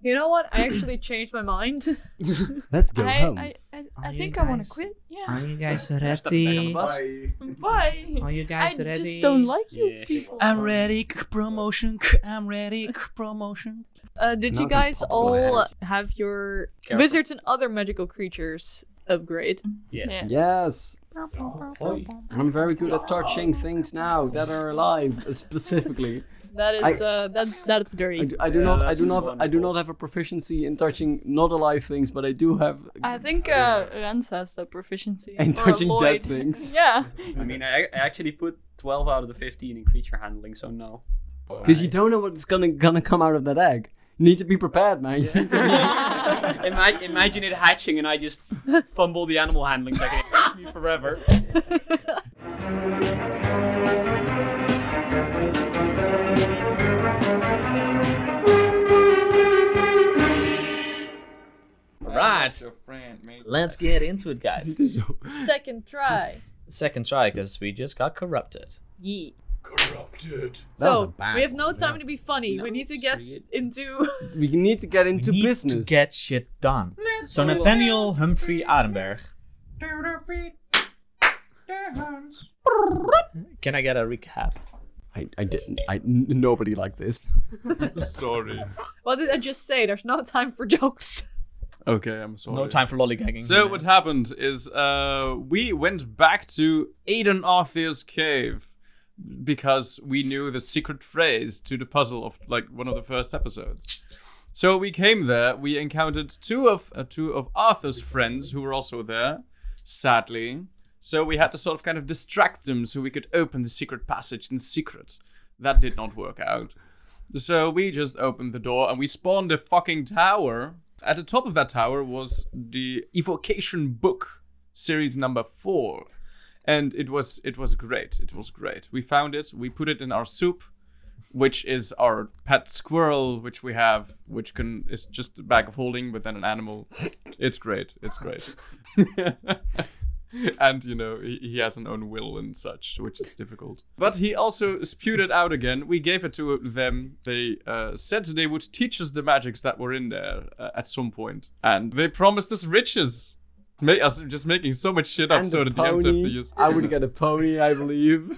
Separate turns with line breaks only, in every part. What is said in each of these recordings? You know what? I actually changed my mind.
Let's go
I,
home.
I, I, I
Are you
think I want to
guys-
quit. Yeah.
Are you guys ready?
Bye.
Bye.
Are you
I
guys ready?
just don't like you
Yeah.
people.
Um,
I'm
ready. Promotion. I'm ready. Promotion.
Uh, did
Not
you
a
guys
popular
all
hat.
have your
Careful.
wizards and other magical creatures upgrade?
Yes.
Yes,
Oi.
I'm very good at touching things now that are alive, specifically.
That is uh, that that's
I
dirty.
do, I do
Yeah,
not, I
that's
do not, I do
wonderful.
not have a proficiency in touching not alive things, but I do have
I think uh, Rans has the proficiency.
in
Or
touching
Lloyd.
dead things.
yeah.
I mean, I, I actually put 12 out of the 15 in creature handling, so no.
Because you don't know what's gonna gonna come out of that egg. You need to be prepared, man. You need to
Imagine, imagine it hatching and I just fumble the animal handling second. It hurts me forever.
Right.
Your friend, mate.
Let's get into it, guys.
be-
Second try.
Second try, because we just got corrupted.
Yee.
Corrupted.
That was a
so
bad
we have
one,
no time
yeah.
to be funny. we
No,
need to
it's
get
pretty
into.
we need to get into
Need
business.
to get shit done. So
do it.
Nathaniel Humphrey Adenberg. Can I get a recap?
I, I didn't. I n- nobody like this.
sorry.
What did I just say? There's no time for jokes.
Okay, I'm sorry.
No time for lollygagging.
So what happened is uh, we went back to Aiden Arthur's cave because we knew the secret phrase to the puzzle of like one of the first episodes. So we came there. We encountered two of uh, two of Arthur's friends who were also there, sadly. So we had to sort of kind of distract them so we could open the secret passage in secret. That did not work out. So we just opened the door and we spawned a fucking tower. At the top of that tower was the Evocation Book, series number four, and it was it was great. It was great. We found it. We put it in our soup, which is our pet squirrel, which we have, which can is just a bag of holding, but then an animal. It's great. It's great. and you know he, he has an own will and such which is difficult but he also spewed it out again we gave it to them they uh, said they would teach us the magics that were in there uh, at some point and they promised us riches Ma- us just making so much shit up
And
so
a
the DMs have to
pony.
use
I would get a pony, I believe.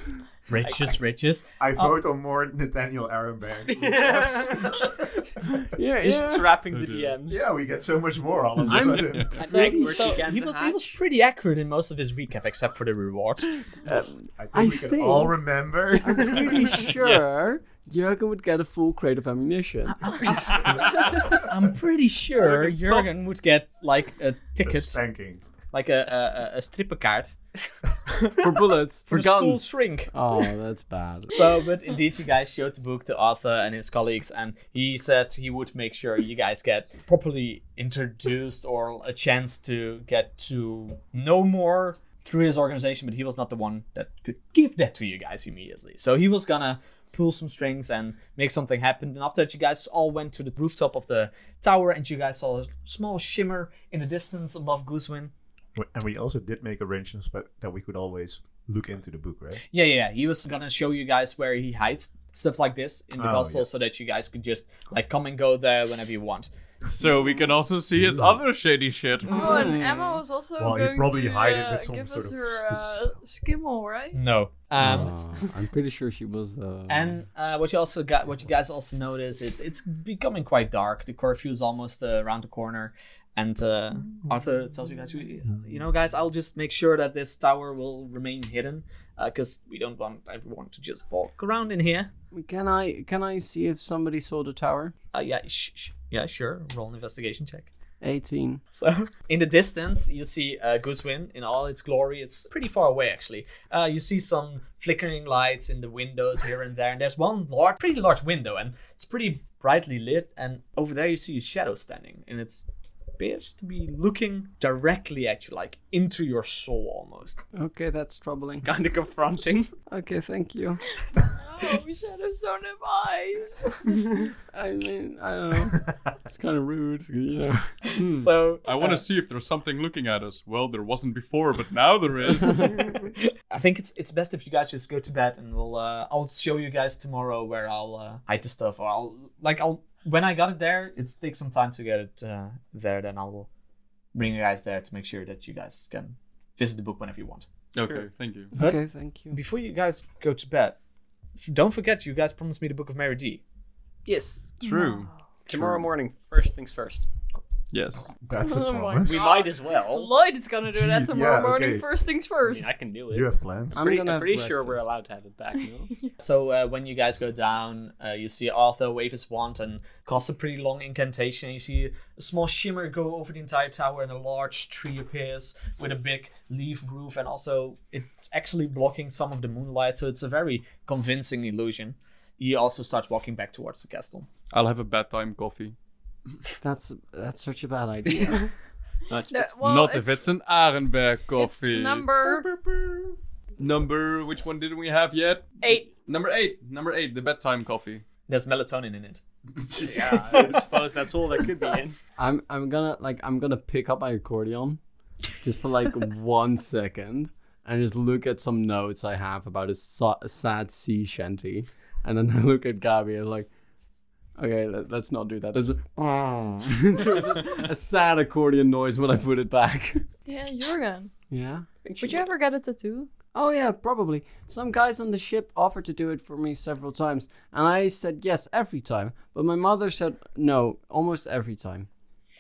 Riches, riches.
I vote on more Nathaniel Ehrenberg.
Yes.
yeah,
Just
yeah.
trapping the
Okay.
DMs.
yeah, we get so much more all of a
I'm-
sudden.
And
So,
backwards
so
again
he
to
was he was
hatch.
pretty accurate in most of his recap, except for the rewards.
I think
I
we can
think-
all remember.
Pretty sure Jurgen would get a full crate of ammunition.
I'm pretty sure
Jurgen, stop.
Jurgen would get like a
the
ticket,
spanking.
like a a, a, a stripper card
for bullets, for
for school
guns.
shrink.
Oh, that's bad.
So, but indeed, you guys showed the book to Arthur and his colleagues, and he said he would make sure you guys get properly introduced or a chance to get to know more through his organization. But he was not the one that could give that to you guys immediately. So he was gonna pull some strings and make something happen. And after that, you guys all went to the rooftop of the tower, and you guys saw a small shimmer in the distance above Guzwin.
And we also did make arrangements, but that we could always look into the book, right?
Yeah, yeah, yeah. He was gonna show you guys where he hides stuff like this in the
Oh,
castle,
yeah.
so that you guys could just like come and go there whenever you want.
so we can also see his other shady shit
Oh,
Hmm.
and Emma was also
Well, you
going
probably
to
hide it
uh,
with some
give
sort
us
of
her uh, skimmel, right?
No. Um,
Oh, I'm pretty sure she was the.
and uh, what you also got, what you guys also notice, it, it's becoming quite dark. The curfew is almost uh, around the corner, and uh, Arthur tells you guys, "We- you know, guys, I'll just make sure that this tower will remain hidden, because we don't want everyone to just walk around in here.
can I can I see if somebody saw the tower?
Uh, yeah, sh- sh- yeah, sure. Roll an investigation check.
18.
So in the distance, you see uh, Goodwin in all its glory. It's pretty far away, actually. Uh, you see some flickering lights in the windows here and there, and there's one large, pretty large window, and it's pretty brightly lit. And over there, you see a shadow standing, and it appears to be looking directly at you, like into your soul almost.
Okay, that's troubling.
Kind of confronting.
Okay, thank you.
Oh, we should have shown him eyes.
I mean, I don't know. it's kind of rude, you know.
So
i want to
uh,
see if there's something looking at us well there wasn't before but now there is
I think it's it's best if you guys just go to bed, and we'll uh, I'll show you guys tomorrow where I'll uh, hide the stuff, or I'll like I'll when I got it there, it takes some time to get it uh, there. Then I will bring you guys there to make sure that you guys can visit the book whenever you want.
Okay, thank you.
But-
okay, thank you.
Before you guys go to bed, f- don't forget you guys promised me the book of Mary D.
Yes.
True.
Tomorrow morning, first things first.
Yes.
That's a
Oh my
promise.
We
God.
might as well.
Lloyd is gonna do that
Gee,
tomorrow
yeah,
morning.
okay.
First things
I mean,
first.
I can do it.
You have plans?
I'm
pretty,
gonna have
pretty sure we're
breakfast.
allowed to have it back. No?
So uh, when you guys go down, uh, you see Arthur wave his wand and cast a pretty long incantation. You see a small shimmer go over the entire tower, and a large tree appears with a big leaf roof, and also it's actually blocking some of the moonlight. So it's a very convincing illusion. He also starts walking back towards the castle.
I'll have a bedtime coffee.
That's that's such a bad idea.
No, it's-
No,
it's-
well,
Not if it's an Arenberg
it's
coffee.
number
Number which one didn't we have yet?
eight.
Number eight. Number eight, the bedtime coffee.
There's melatonin in it.
yeah, I suppose that's all that could be in.
I'm I'm gonna like I'm gonna pick up my accordion just for like one second and just look at some notes I have about a, so- a sad sea shanty, and then I look at Gabby and like, okay, let, us not do that. It's a, sort of a- a sad accordion noise when I put it back.
Yeah, Jurgen.
Yeah.
Would you ever get a tattoo?
Oh yeah, probably. Some guys on the ship offered to do it for me several times, and I said yes every time. But my mother said no almost every time,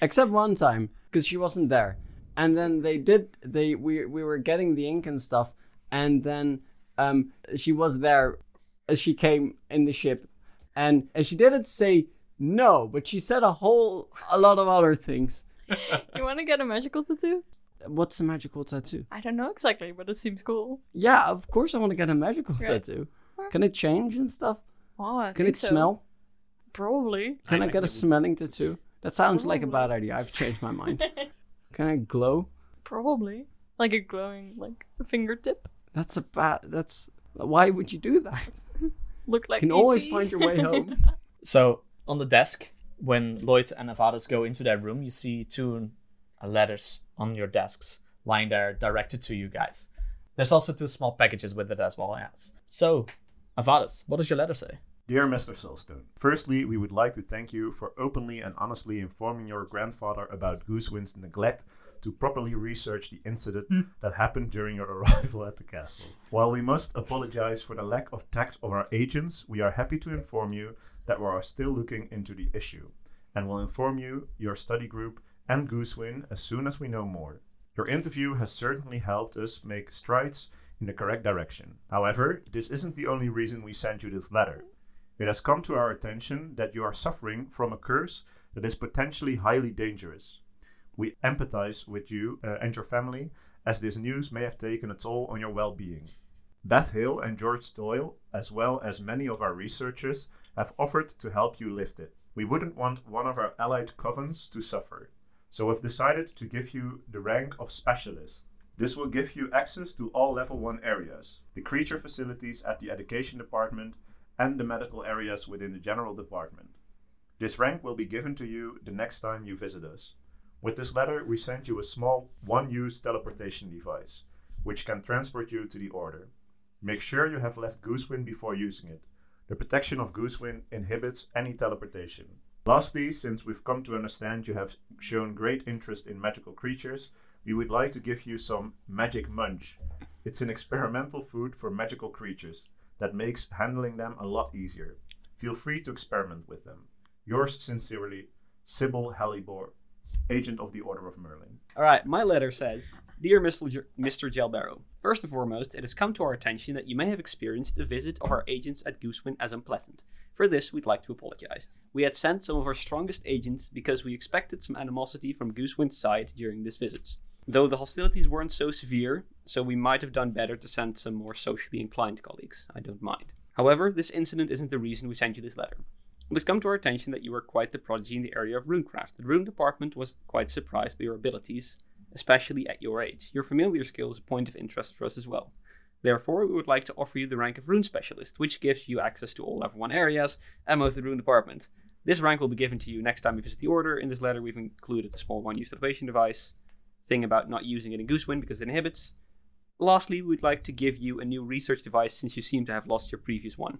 except one time because she wasn't there. And then they did. They we we were getting the ink and stuff, and then um she was there. uh, She came in the ship, and and she didn't say no, but she said a whole a lot of other things.
You want to get a magical tattoo?
What's a magical tattoo?
I don't know exactly, but it seems cool.
Yeah, of course I want to get a magical
Right.
tattoo. Can it change and stuff?
Oh, I
Can it
think so.
smell?
Probably.
Can I,
I
get a
think-
smelling tattoo? That sounds like a bad idea. I've changed my mind. Can I glow?
Probably. Like a glowing like fingertip.
That's a bad. That's why would you do that?
Look like. E
You can always
E.T..
find your way home.
So on the desk, when Lloyd and Avadas go into their room, you see two uh, letters on your desks lying there directed to you guys. There's also two small packages with it as well. Yes. So, Avadas, what does your letter say?
Dear Mr. Soulstone, firstly, we would like to thank you for openly and honestly informing your grandfather about Goosewind's neglect to properly research the incident that happened during your arrival at the castle. While we must apologize for the lack of tact of our agents, we are happy to inform you that we are still looking into the issue and will inform you, your study group, and Goosewind as soon as we know more. Your interview has certainly helped us make strides in the correct direction. However, this isn't the only reason we sent you this letter. It has come to our attention that you are suffering from a curse that is potentially highly dangerous. We empathize with you uh, and your family as this news may have taken a toll on your well being. Beth Hill and George Doyle, as well as many of our researchers, have offered to help you lift it. We wouldn't want one of our allied covens to suffer, so we've decided to give you the rank of specialist. This will give you access to all level 1 areas, the creature facilities at the education department, and the medical areas within the general department. This rank will be given to you the next time you visit us. With this letter, we send you a small one use teleportation device, which can transport you to the order. Make sure you have left Goosewind before using it. The protection of Goosewind inhibits any teleportation. Lastly, since we've come to understand you have shown great interest in magical creatures, we would like to give you some magic munch. It's an experimental food for magical creatures that makes handling them a lot easier. Feel free to experiment with them. Yours sincerely, Sybil Hallibor, Agent of the Order of Merlin.
All right, my letter says Dear Mr. J- Mr. Gelbarrow, first and foremost, it has come to our attention that you may have experienced the visit of our agents at Goosewind as unpleasant. For this, we'd like to apologize. We had sent some of our strongest agents because we expected some animosity from Goosewind's side during this visit. Though the hostilities weren't so severe, so we might have done better to send some more socially inclined colleagues. I don't mind. However, this incident isn't the reason we sent you this letter. It has come to our attention that you were quite the prodigy in the area of runecraft. The rune department was quite surprised by your abilities, especially at your age. Your familiar skill is a point of interest for us as well. Therefore, we would like to offer you the rank of rune specialist, which gives you access to all level 1 areas and most of the rune department. This rank will be given to you next time you visit the order. In this letter, we've included a small one use activation device, thing about not using it in Goosewind because it inhibits, Lastly, we'd like to give you a new research device since you seem to have lost your previous one.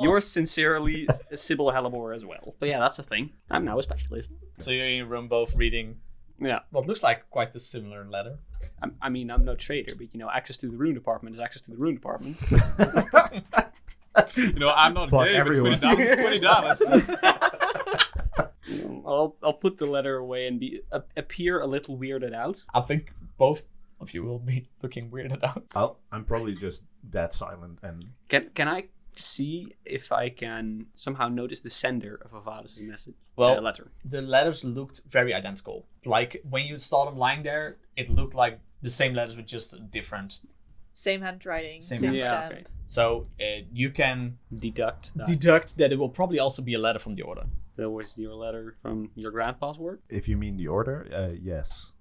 Yours sincerely, Sybil Hellebore as well. But yeah, that's a thing. I'm now a specialist.
So you're in a room both reading
Yeah.
what looks like quite a similar letter.
I'm, I mean, I'm no trader, but you know, access to the rune department is access to the rune department.
You know, I'm not
Fuck
gay,
everyone.
but $20 is $20.
I'll, I'll put the letter away and be a, appear a little weirded out.
I think both of you will be looking weirded out.
I'll, I'm probably just that silent and
Can can I see if I can somehow notice the sender of Avada's message?
Well-
the letter.
The letters looked very identical. Like when you saw them lying there, it looked like the same letters with just a different.
Same handwriting.
Same
Same,
hand-
Yeah,
stamp.
okay.
So uh, you can
Deduct that
deduct that it will probably also be a letter from the order.
there was your letter from your grandpa's work.
if you mean the order, uh, yes,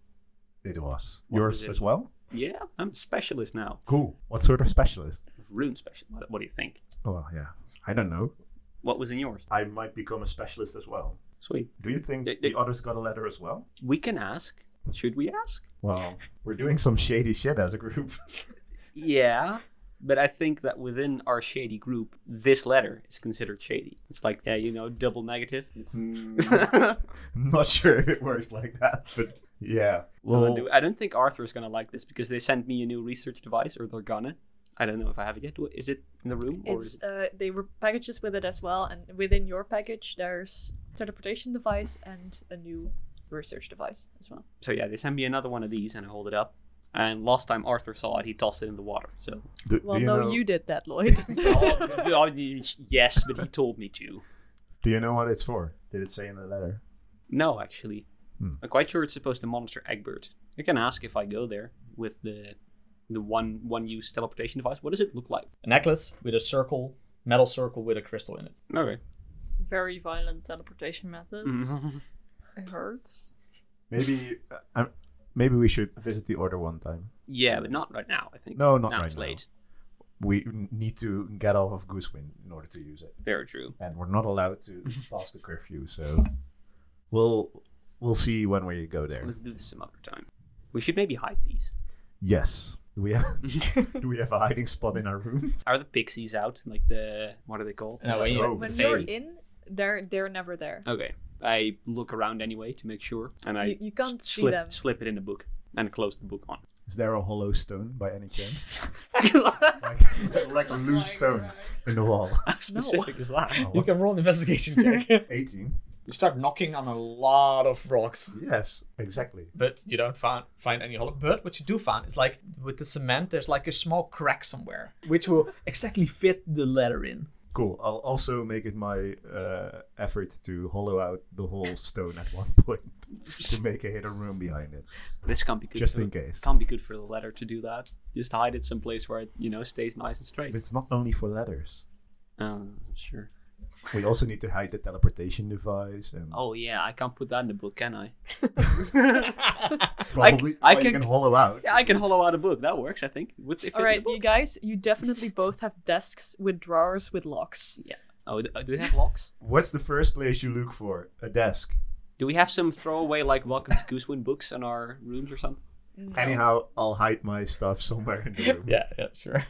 it was
What
yours
was it?
as well.
Yeah, I'm a specialist now.
Cool. What sort of specialist?
Rune special. What, what do you think?
Oh yeah, I don't know.
What was in yours?
I might become a specialist as well.
Sweet.
Do you think
Yeah,
the
yeah.
others got a letter as well?
We can ask. Should we ask?
Well, we're doing some shady shit as a group.
Yeah. But I think that within our shady group, this letter is considered shady. It's like, yeah, you know, double negative.
Not sure if it works like that, but yeah.
So I
Well,
do- I don't think Arthur is gonna like this because they sent me a new research device, or they're gonna. I don't know if I have it yet. Wha- Is it in the room? Or is
It's uh, they were packages with it as well, and within your package there's teleportation device and a new research device as well.
it- So yeah, they sent me another one of these, and I hold it up. And last time Arthur saw it, he tossed it in the water. So
do- do
Well,
you
no,
know-
you did that, Lloyd.
Oh, yes, but he told me to.
Do you know what it's for? Did it say in the letter?
No, actually,
Hmm.
I'm quite sure it's supposed to monitor Egbert. I can ask if I go there with the the one one use teleportation device. What does it look like?
A necklace with a circle, metal circle with a crystal in it.
Okay.
Very violent teleportation method.
Hmm.
Mm-hmm.
It hurts.
Maybe uh, I'm, maybe we should visit the order one time.
yeah, but not right now. I think
No, not
now
right
it's
now.
late.
We need to get off of Goosewind in order to use it,
Very true.
and we're not allowed to pass the curfew. So we'll we'll see when we go there.
Let's do this some other time. We should maybe hide these.
Yes. Do we have do we have a hiding spot in our room?
Are the pixies out? Like the what are they called? Oh.
No, when you-
Oh,
when
the
you're
thing.
in, they're they're never there.
Okay. I look around anyway to make sure, and I
You, you can't see
slip
them.
slip it in the book and close the book on.
Is there a hollow stone by any chance? like, like a loose stone in the wall.
How specific is that?
Oh,
You can roll an investigation check.
Eighteen.
you start knocking on a lot of rocks.
Yes, exactly.
but you don't find find any hollow. But what you do find is like with the cement, there's like a small crack somewhere, which will exactly fit the letter in.
Cool. I'll also make it my uh, effort to hollow out the whole stone at one point to make a hidden room behind it,
This can't be good.
just
for,
in case.
Can't be good for the letter to do that. Just hide it someplace where it, you know, stays nice and straight.
But it's not only for letters.
Um, sure.
We also need to hide the teleportation device and
Oh yeah, I can't put that in the book, can I?
probably
I
well, you
can-
can hollow out.
Yeah, I can hollow out a book. That works, I think. What's if
All right, you guys, you definitely both have desks with drawers with locks.
Oh, do, do they have locks?
What's the first place you look for? A desk.
Do we have some throwaway like Welcome to Goosewind books in our rooms or something?
Anyhow, I'll hide my stuff somewhere in the room.
Yeah, yeah, sure.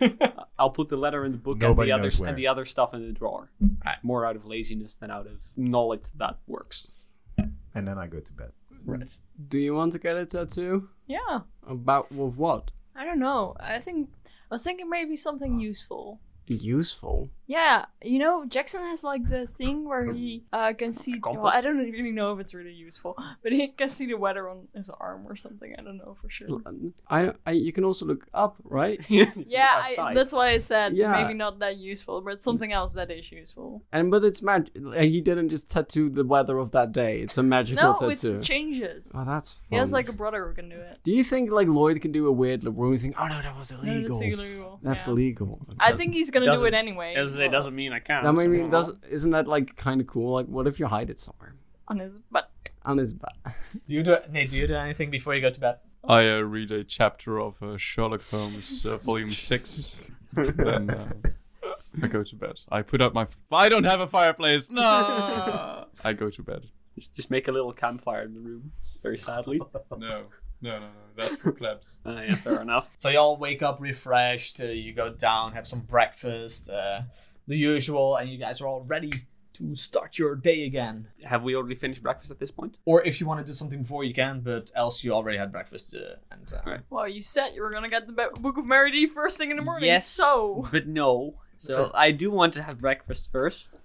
I'll put the letter in the book
Nobody
and the
knows
other
where.
and the other stuff in the drawer.
Right.
More out of laziness than out of knowledge that works.
And then I go to bed.
right.
Do you want to get a tattoo?
Yeah.
About with what?
I don't know. I think I was thinking maybe something useful.
Useful.
Yeah, you know, Jackson has like the thing where he uh, can see. Well, I don't really know if it's really useful, but he can see the weather on his arm or something. I don't know for sure.
I, I you can also look up, right?
Yeah, I,
Outside.
that's why I said
Yeah.
maybe not that useful, but something else that is useful.
And but it's magic. He didn't just tattoo the weather of that day. It's a magical
no,
tattoo.
it changes.
oh, that's
he
fun.
has like a brother who can do it.
Do you think like Lloyd can do a weird Leroy thing? Oh no, that was
No,
illegal.
That's illegal.
That's
yeah.
illegal.
I think he's gonna do
Doesn't-
it anyway. so-
mean I can't.
That I mean, does isn't that like kind of cool? Like, what if you hide it somewhere
on his butt.
on his butt?
Do you do Nate, do you do anything before you go to bed?
I uh, read a chapter of uh, Sherlock Holmes, uh, Volume 6. and, uh, I go to bed. I put out my. F- I don't have a fireplace! No! I go to bed.
Just, just make a little campfire in the room. Very sadly.
No. No, no, no. That's for plebs.
Uh, yeah, fair enough.
So y'all wake up refreshed. Uh, you go down, have some breakfast, uh, the usual, and you guys are all ready to start your day again.
Have we already finished breakfast at this point?
Or if you want to do something before, you can. But else, you already had breakfast. Uh, and uh,
Right.
Well, you said you were gonna get the Bo- Book of Merity first thing in the morning.
Yes.
So
But no. So I do want to have breakfast first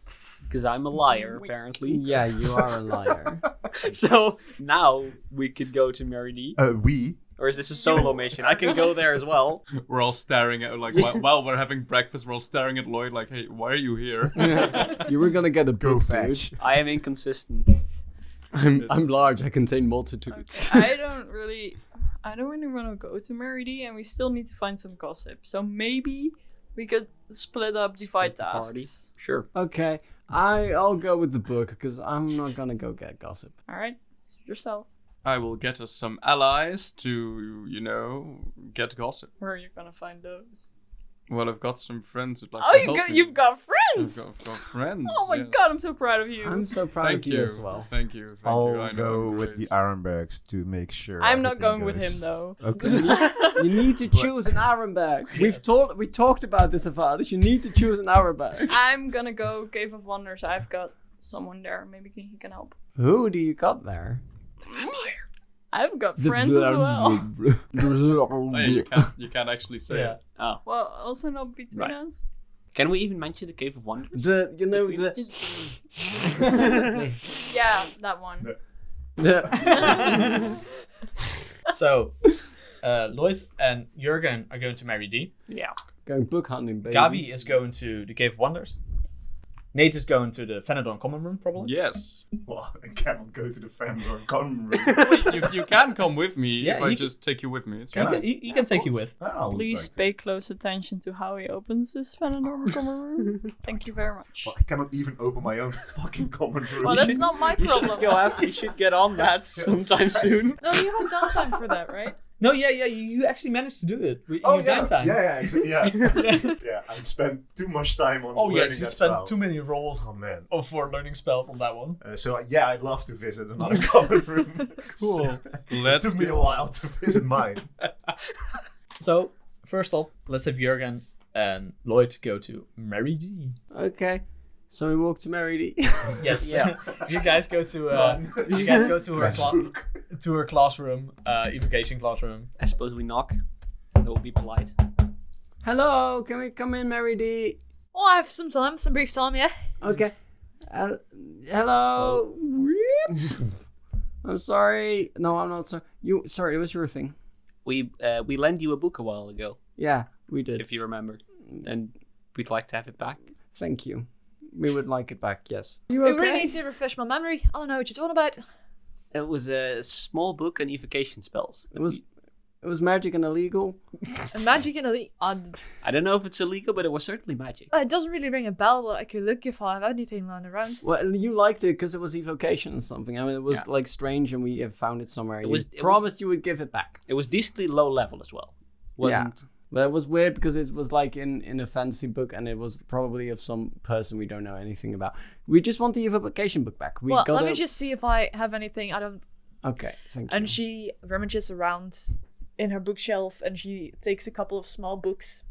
because I'm a liar
Wait.
apparently.
Yeah, you are a liar.
So now we could go to Meridi,
Uh, we.
or is this a solo mission? I can go there as well.
We're all staring at like while, while we're having breakfast. We're all staring at Lloyd like, "Hey, why are you here?"
you were gonna get a
Go
book, dude.
fetch.
I am inconsistent.
I'm, I'm large. I contain multitudes.
okay, I don't really, I don't really want to go to Meridi, and we still need to find some gossip. So maybe we could split up, divide
the party.
tasks.
Sure.
okay, I I'll go with the book because I'm not gonna go get gossip.
All right, suit yourself.
I will get us some allies to, you know, get gossip.
Where are you gonna find those?
Well, I've got some friends who'd like
Oh,
to
you
help
got,
me.
you've got
I've
friends.
got, I've got friends.
oh my
yes.
god, I'm so proud of you.
I'm so proud
Thank
of you, as well.
Thank you. Thank you. I
I'll
know
go
I'm
with
great.
the Ironbergs to make sure.
I'm not
everything
going with
goes-
him though.
Okay.
You need to choose an Arenberg. We've told we talked about this, Avalis. You need to choose an Arenberg.
I'm gonna go Cave of Wonders. I've got someone there. Maybe he he can help.
Who do you got there?
I've got friends as well.
Oh, yeah, you can't, you can't actually say
Yeah.
it.
Oh.
Well, also not between
Right.
us.
Can we even mention the Cave of Wonders?
the you know the
Yeah, that one.
the
uh, so, uh, Lloyd and Jurgen are going to marry D.
Yeah.
going book hunting, baby.
Gabi is going to the Cave of Wonders. Nate is going to the Fenadon Common Room, probably.
Yes.
Well, I cannot go to the family or common room.
you, you can come with me
Yeah,
if I
you
just take you with me. It's
He
fine.
can, he, he can take you with.
I'll look
Please
back.
pay close attention to how he opens this Fenador summer room. Thank you very much.
Well, I cannot even open my own fucking common room.
Well, that's not my
You should
problem.
go after. You should get on that sometime soon.
No, you had downtime for that, right?
No, yeah, yeah, you, you actually managed to do it. with- in
Oh
your
yeah,
downtime.
yeah, yeah, exa- yeah, yeah. I spent too much time on.
Oh,
learning
yes, you
that
spent
spell.
too many rolls
Oh man.
of for learning spells on that one.
Uh, so yeah, I'd love to visit another common room.
Cool.
it
Let's
took me a while to visit mine.
So, first off, let's have Jurgen and Lloyd go to Mary D.
Okay. So we walk to Meridi.
Yes.
Yeah.
you guys go to uh, you guys go to her cla- to her classroom, uh, evocation classroom.
I suppose we knock. That will be polite.
Hello, can we come in, Meridi?
Oh, I have some time, some brief time, yeah.
Okay. Uh, hello. I'm sorry. No, I'm not sorry. You sorry, it was your thing.
We uh, we lent you a book a while ago,
Yeah, we did.
if you remember, and we'd like to have it back.
Thank you. We would like it back, yes. You
I really need to refresh my memory. I don't know what you're talking about.
It was a small book on evocation spells.
It was it was magic and illegal.
And magic and elite. Uh,
I don't know if it's illegal, but it was certainly magic.
it doesn't really ring a bell, but I could look if I have anything lying around.
Well, you liked it because it was evocation or something. I mean, it was like strange, and we have found it somewhere. you
was- it was-
promised you would give it back.
It was decently low level as well. Wasn't
But it was weird because it was like in in a fantasy book, and it was probably of some person we don't know anything about. We just want the evocation book back. We
well,
got
let me
a-
just see if I have anything. I don't.
okay. Thank you.
And she rummages around in her bookshelf and she takes a couple of small books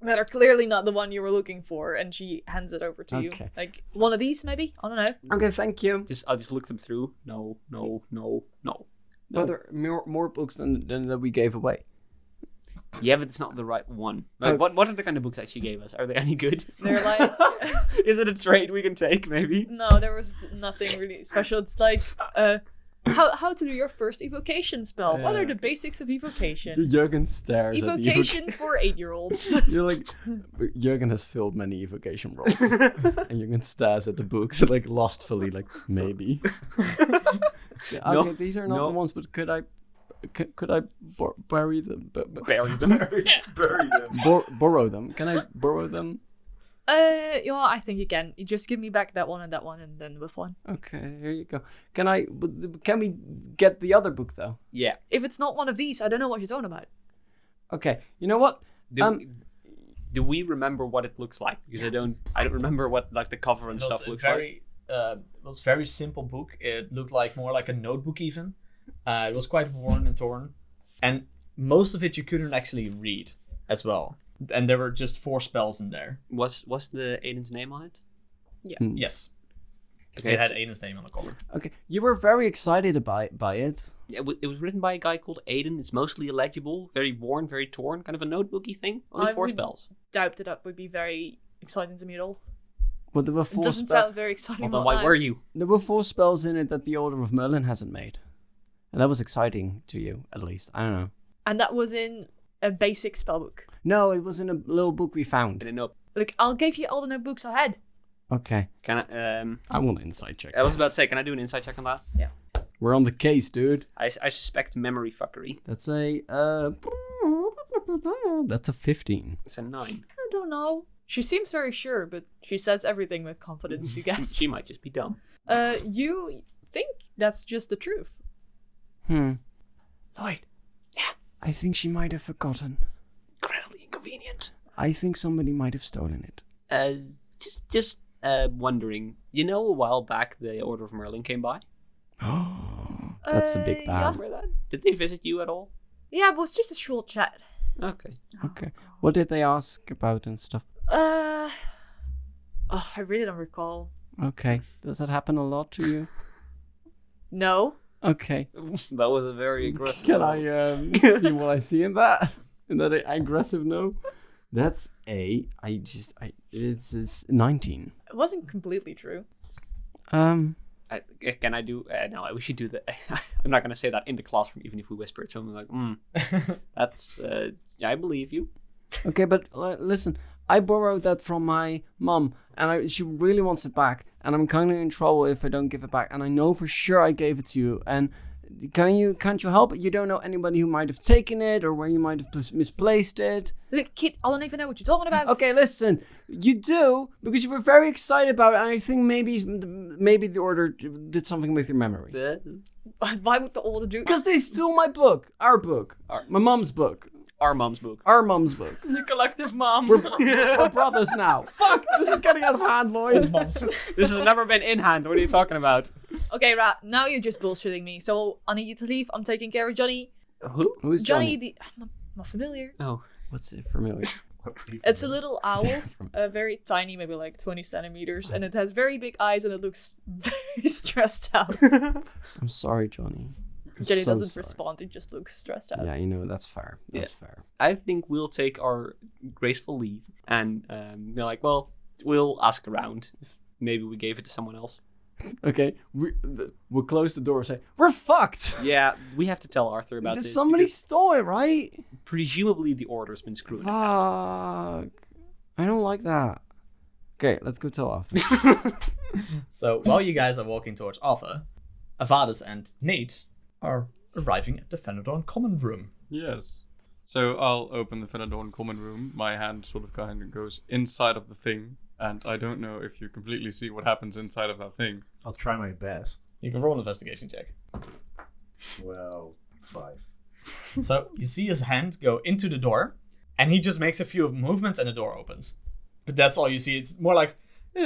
that are clearly not the one you were looking for and she hands it over to you.
Okay.
Like one of these, maybe? I don't know.
okay, thank you.
just I'll just look them through. No, no, no, no.
But there are more, more books than than that we gave away.
Yeah, but it's not the right one. Like,
Oh.
what what are the kind of books that she gave us? Are they any good?
They're like,
Is it a trade we can take? Maybe.
no, there was nothing really special. It's like, uh, how, how to do your first evocation spell. What are the basics of evocation?
Jurgen stares at the evocation.
Evocation for eight year olds.
You're like, Jurgen has filled many evocation roles, and Jurgen stares at the books like lustfully, like maybe. Yeah,
No,
okay, these are not the
no.
ones, but could I, could, could I bor- bury them? Bu- bu-
Bury them.
Bury them.
bor- borrow them? Can I borrow them?
Uh, yeah, I think you can. You just give me back that one and that one, and then with one.
Okay, here you go. Can I? but- Can we get the other book though?
yeah.
If it's not one of these, I don't know what you're talking about.
Okay, you know what?
Do,
Um,
do we remember what it looks like? Because I don't. I don't remember what like the cover and
It was
stuff looks like.
very uh, it was very simple book. It looked like more like a notebook even. Uh, it was quite worn and torn, and most of it you couldn't actually read as well. And there were just four spells in there.
Was was the Aiden's name on it?
Yes,
Hmm. Okay.
it had Aiden's name on the cover.
Okay, you were very excited about by it.
Yeah, it wa- it was written by a guy called Aiden. It's mostly illegible, very worn, very torn, kind of a notebooky thing. Only
I
four
would-
spells.
Doubt that that would be very exciting to me at all.
But there were
It
four
doesn't
spell-
sound very exciting.
Well, then
about
why
that.
were you?
there were four spells in it that the Order of Merlin hasn't made, and that was exciting to you at least. I don't know.
And that was in a basic spellbook.
No, it was in a little book we
I
found.
didn't know.
Look, I'll give you all the notebooks I had.
Okay,
Can I? Um,
I want an insight check.
I was about to say, can I do an insight check on that?
We're on the case, dude.
I, I suspect memory fuckery.
That's a uh. That's a fifteen.
It's a nine.
I don't know. She seems very sure, but she says everything with confidence, you guess.
She might just be dumb.
Uh, you think that's just the truth.
Hmm. Lloyd. Yeah. I think she might have forgotten.
Incredibly inconvenient.
I think somebody might have stolen it.
Uh, just just uh, wondering. You know, a while back the Order of Merlin came by.
Oh, that's a
Uh,
big
yeah.
bad.
Remember that? Did they visit you at all?
Yeah, it was just a short chat.
Okay.
Okay. What did they ask about and stuff?
Uh, oh, I really don't recall.
Okay. Does that happen a lot to you?
No.
Okay.
that was a very aggressive.
Can I um, see what I see in that? In that aggressive no? That's a. I just. I. It's, it's nineteen.
It wasn't completely true.
Um.
I, can I do? Uh, no, we should do that. I'm not going to say that in the classroom, even if we whisper it. Someone like, mm, that's. Uh, I believe you.
Okay, but li- listen. I borrowed that from my mum, and I, she really wants it back. And I'm kind of in trouble if I don't give it back. And I know for sure I gave it to you. And can you? Can't you help it? You don't know anybody who might have taken it or where you might have pl- misplaced it.
Look, kid, I don't even know what you're talking about.
Okay, listen. You do because you were very excited about it, and I think maybe maybe the order did something with your memory.
The,
Why would the order do?
Because they stole my book, our book, my mum's book,
our mom's book.
our mum's book.
The collective mom.
We're, we're brothers now. Fuck, this is getting out of hand, Lloyd.
this has never been in hand. What are you talking about?
Okay, right. Now you're just bullshitting me. So I need you to leave. I'm taking care of Johnny.
Who?
Who's
Johnny,
Johnny?
the I'm not, I'm not familiar.
Oh,
What's it familiar?
It's a little owl, uh, very tiny, maybe like 20 centimeters, and it has very big eyes and it looks very stressed out.
I'm sorry, Johnny. I'm
Jenny
so
doesn't
sorry.
respond, it just looks stressed out.
Yeah, you know that's fair. That's fair.
I think we'll take our graceful leave, and um, they're like, well, we'll ask around. If maybe we gave it to someone else.
Okay, we th- we'll close the door and say we're fucked.
Yeah, we have to tell Arthur about this.
Somebody
because
stole it, right?
Presumably, the order's been screwed.
Fuck. I don't like that. Okay, let's go tell Arthur.
So while you guys are walking towards Arthur, Avadis and Nate are arriving at the Fenadon common room.
Yes. So I'll open the Fenadorn common room. My hand sort of kind of goes inside of the thing, and I don't know if you completely see what happens inside of that thing.
I'll try my best.
You can roll an investigation check.
Well, five.
So you see his hand go into the door, and he just makes a few movements, and the door opens. But that's all you see. It's more like, "Uh,"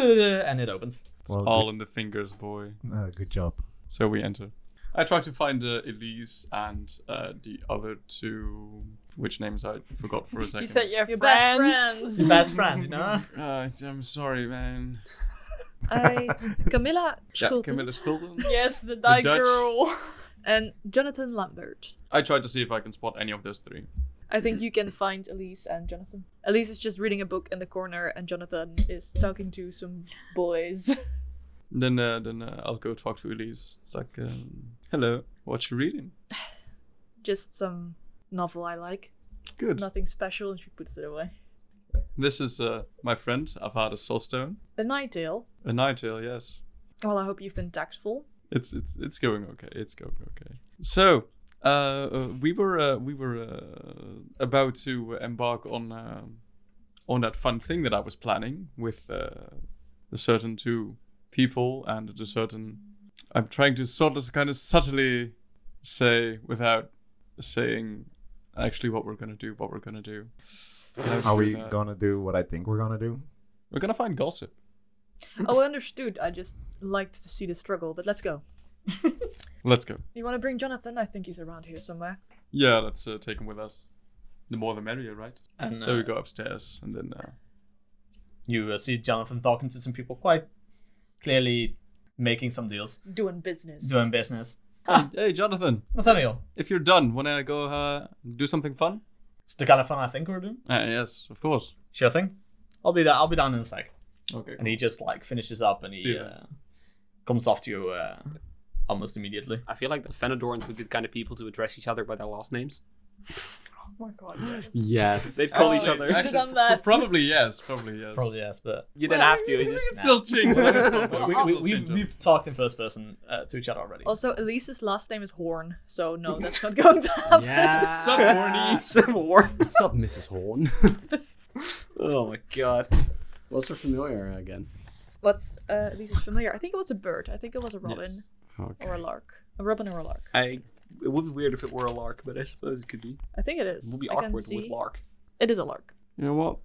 and it opens.
It's
Well,
all in the fingers, boy.
good, uh, good job.
So we enter. I try to find uh, Elise and uh, the other two, which names I forgot for a second.
You said your,
Your best
friends.
friends.
Your best friend, you know?
Uh, it's- I'm sorry, man.
I, Camilla
Yeah,
Schulten
Camilla Schulten.
Yes, the die
Dutch.
girl.
and Jonathan Lambert.
I tried to see if I can spot any of those three.
I think you can find Elise and Jonathan. Elise is just reading a book in the corner, and Jonathan is talking to some boys.
Then, uh, then uh, I'll go talk to Elise. It's like, um, hello, what you reading?
just some novel I like.
Good.
Nothing special, and she puts it away.
This is uh, my friend Avada Solstone.
A night ale.
A nightingale, yes.
Well, I hope you've been tactful.
It's it's it's going okay. It's going okay. So, uh, uh, we were uh, we were uh, about to embark on um on that fun thing that I was planning with uh, the certain two people and the certain. I'm trying to sort of kind of subtly say without saying actually what we're gonna do, what we're gonna do. How
Are we gonna do what I think we're gonna do?
We're gonna find gossip.
oh, I understood. I just liked to see the struggle, but let's go.
Let's go.
You want to bring Jonathan? I think he's around here somewhere.
Yeah, let's uh, take him with us. The more the merrier, right?
And,
so we
uh,
go upstairs and then. Uh,
You uh, see Jonathan talking to some people, quite clearly making some deals,
Doing business.
doing business.
hey, Jonathan,
Nathaniel,
if you're done, wanna go uh, do something fun?
it's the kind of fun I think we're doing.
Uh, yes, of course.
Sure thing. I'll be da- I'll be down in a sec.
Okay.
And he just like finishes up and
Oh. See
he
you
uh, comes off to you uh, almost immediately.
I feel like the Fenadorans would be the kind of people to address each other by their last names.
Oh my god. yes. Oh,
Yes.
They'd
Oh,
call each other.
actually- done that.
Probably yes. Probably yes.
Probably yes, but
You didn't have to. It's just
It's still change. them at some point.
we,
It's
we,
still
we,
change
have
them.
we've talked in first person uh, to each other already.
Also, Elise's last name is Horn, so no, that's not going to happen.
Yeah.
Sub horny.
Civil War.
Sub Mrs. Horn.
Oh my god.
What's her familiar again?
What's uh, Elise's familiar? I think it was a bird. I think it was a robin
Okay.
or a lark. A robin or a lark.
I. It would be weird if it were a lark, but I suppose it could be.
I think it is.
It would be
I can
awkward
see.
with lark.
It is a lark.
You know what?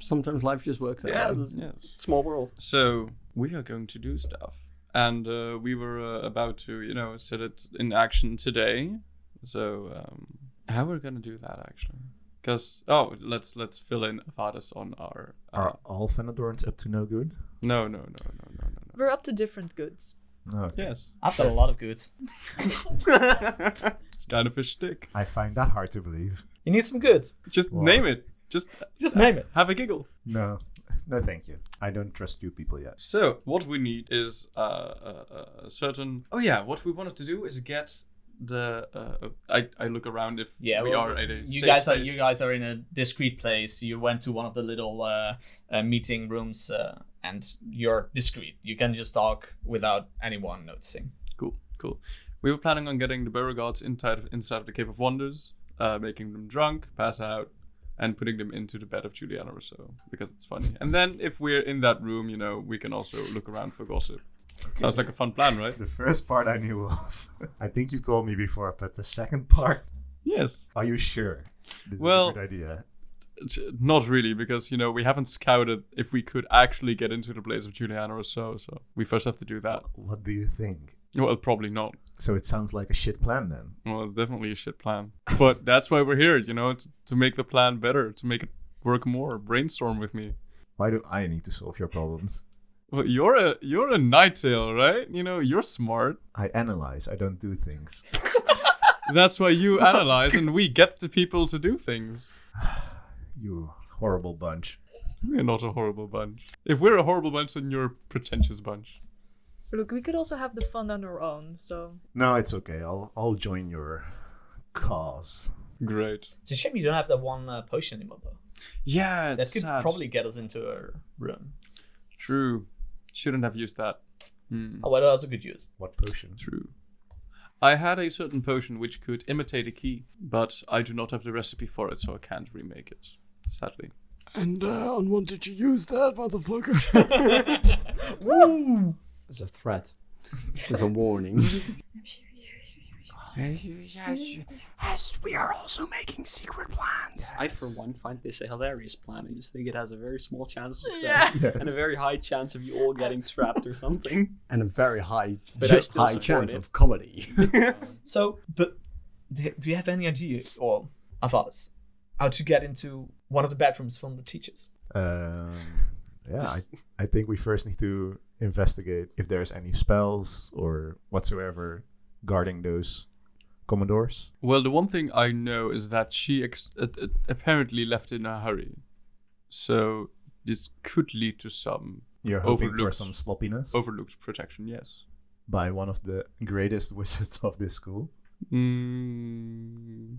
Sometimes life just works that
Yeah,
way.
this is-
Yes.
small world.
So we are going to do stuff, and uh, we were uh, about to, you know, set it in action today. So um, how we're gonna do that actually? Because oh, let's let's fill in Avadis on our. Uh,
Ah.
Are all Fenadorans up to no good?
No, no, no, no, no, no, no.
We're up to different goods.
No.
Yes,
I've got a lot of goods.
it's kind of a shtick.
I find that hard to believe.
You need some goods.
Just
Wow.
name it. Just
Just name it.
have a giggle.
No. No, thank you. I don't trust you people yet.
So what we need is uh, a, a- a certain. Oh yeah, what we wanted to do is get the. Uh, I I look around if
Yeah,
we
well,
are at a.
You
safe
guys are
place.
you guys are in a discreet place. You went to one of the little uh, uh, meeting rooms, uh, and you're discreet. You can just talk without anyone noticing.
Cool, cool. We were planning on getting the Beauregards inside of, inside of the Cave of Wonders, uh, making them drunk, pass out, and putting them into the bed of Juliana or so because it's funny. And then if we're in that room, you know, we can also look around for gossip. Sounds like a fun plan, right?
The first part I knew of. I think you told me before, but the second part,
Yes.
are you sure? This
Well-
is a good idea.
It's, uh, Not really, because you know we haven't scouted if we could actually get into the place of Juliana or so. So we first have to do that.
What do you think?
Well, probably not.
So it sounds like a shit plan then.
Well, it's definitely a shit plan. But that's why we're here, you know, to, to make the plan better, to make it work more. Brainstorm with me.
Why do I need to solve your problems?
Well, you're a you're a night tail, right? You know, you're smart.
I analyze, I don't do things.
That's why you analyze and we get the people to do things.
You horrible bunch.
We're not a horrible bunch. If we're a horrible bunch, then you're a pretentious bunch.
Look, we could also have the fun on our own, so
No, it's okay. I'll I'll join your cause.
Great.
It's a shame you don't have that one uh, potion anymore, though.
Yeah,
That
it's
could
sad.
probably get us into a room.
true. Shouldn't have used that. Hmm.
Oh, what else we could use?
What potion?
True. I had a certain potion which could imitate a key, but I do not have the recipe for it, so I can't remake it. Sadly.
And uh, and when did you use that, motherfucker?
Woo!
It's a threat. It's a warning. As we are also making secret plans.
I, for one, find this a hilarious plan. I just think it has a very small chance of success
Yeah.
and a very high chance of you all getting trapped or something.
And a very high,
But I still
high
support
chance
it.
of comedy.
So, but do do you have any idea, or of us, how to get into one of the bedrooms from the teachers?
Um, yeah, I, I think we first need to investigate if there's any spells or whatsoever guarding those commodores.
Well, the one thing I know is that she ex- uh, uh, apparently left in a hurry. So this could lead to some
You're hoping for
Overlooked.
some sloppiness
overlooked protection, yes.
by one of the greatest wizards of this school.
Mm,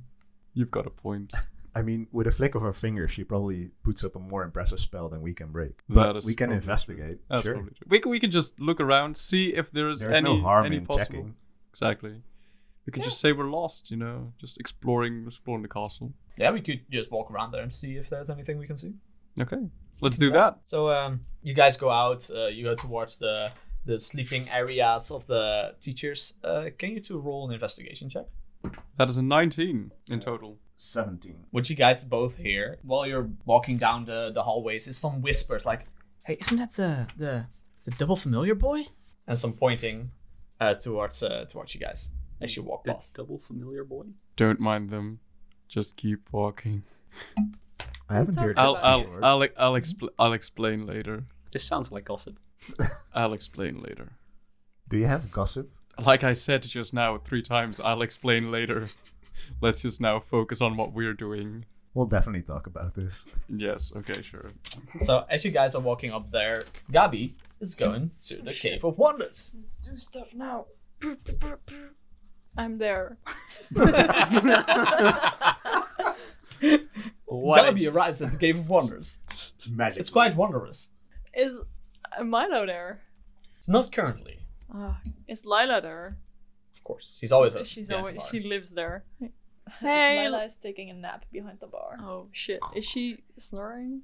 you've got a point.
I mean, with a flick of her finger, she probably puts up a more impressive spell than we can break.
That
But
is
we can
probably
investigate.
That's
sure.
probably true. We can, we can just look around, see if there is
There's
any,
no harm
any
in
possible.
checking.
Exactly. We could just say we're lost, you know, just exploring exploring the castle.
Yeah, we could just walk around there and see if there's anything we can see.
Okay, let's do that.
So, um, you guys go out. Uh, you go towards the the sleeping areas of the teachers. Uh, can you two roll an investigation check?
That is a 19 in total.
17.
What you guys both hear while you're walking down the, the hallways is some whispers like, "Hey, isn't that the the the double familiar boy?" And some pointing uh, towards uh, towards you guys. as you walk
The
past.
double familiar boy.
Don't mind them. Just keep walking.
I haven't
Talk
heard
I'll
this
I'll
before.
I'll I'll, expl- I'll explain later.
This sounds like gossip.
I'll explain later.
Do you have gossip?
Like I said just now three times, I'll explain later. Let's just now focus on what we're doing.
We'll definitely talk about this.
Yes, okay, sure.
So as you guys are walking up there, Gabi is going to the Cave of Wonders.
Let's do stuff now. Brr, brr, brr, brr. I'm there.
Gabi arrives at the Cave of Wonders.
Magic.
It's quite wondrous.
Is uh, Milo there?
It's not currently,
Uh, is Lila there?
of course. She's always at
She's
the
always
Antibar.
she lives there. Hey.
Lila is taking a nap behind the bar.
Oh shit! Is she snoring?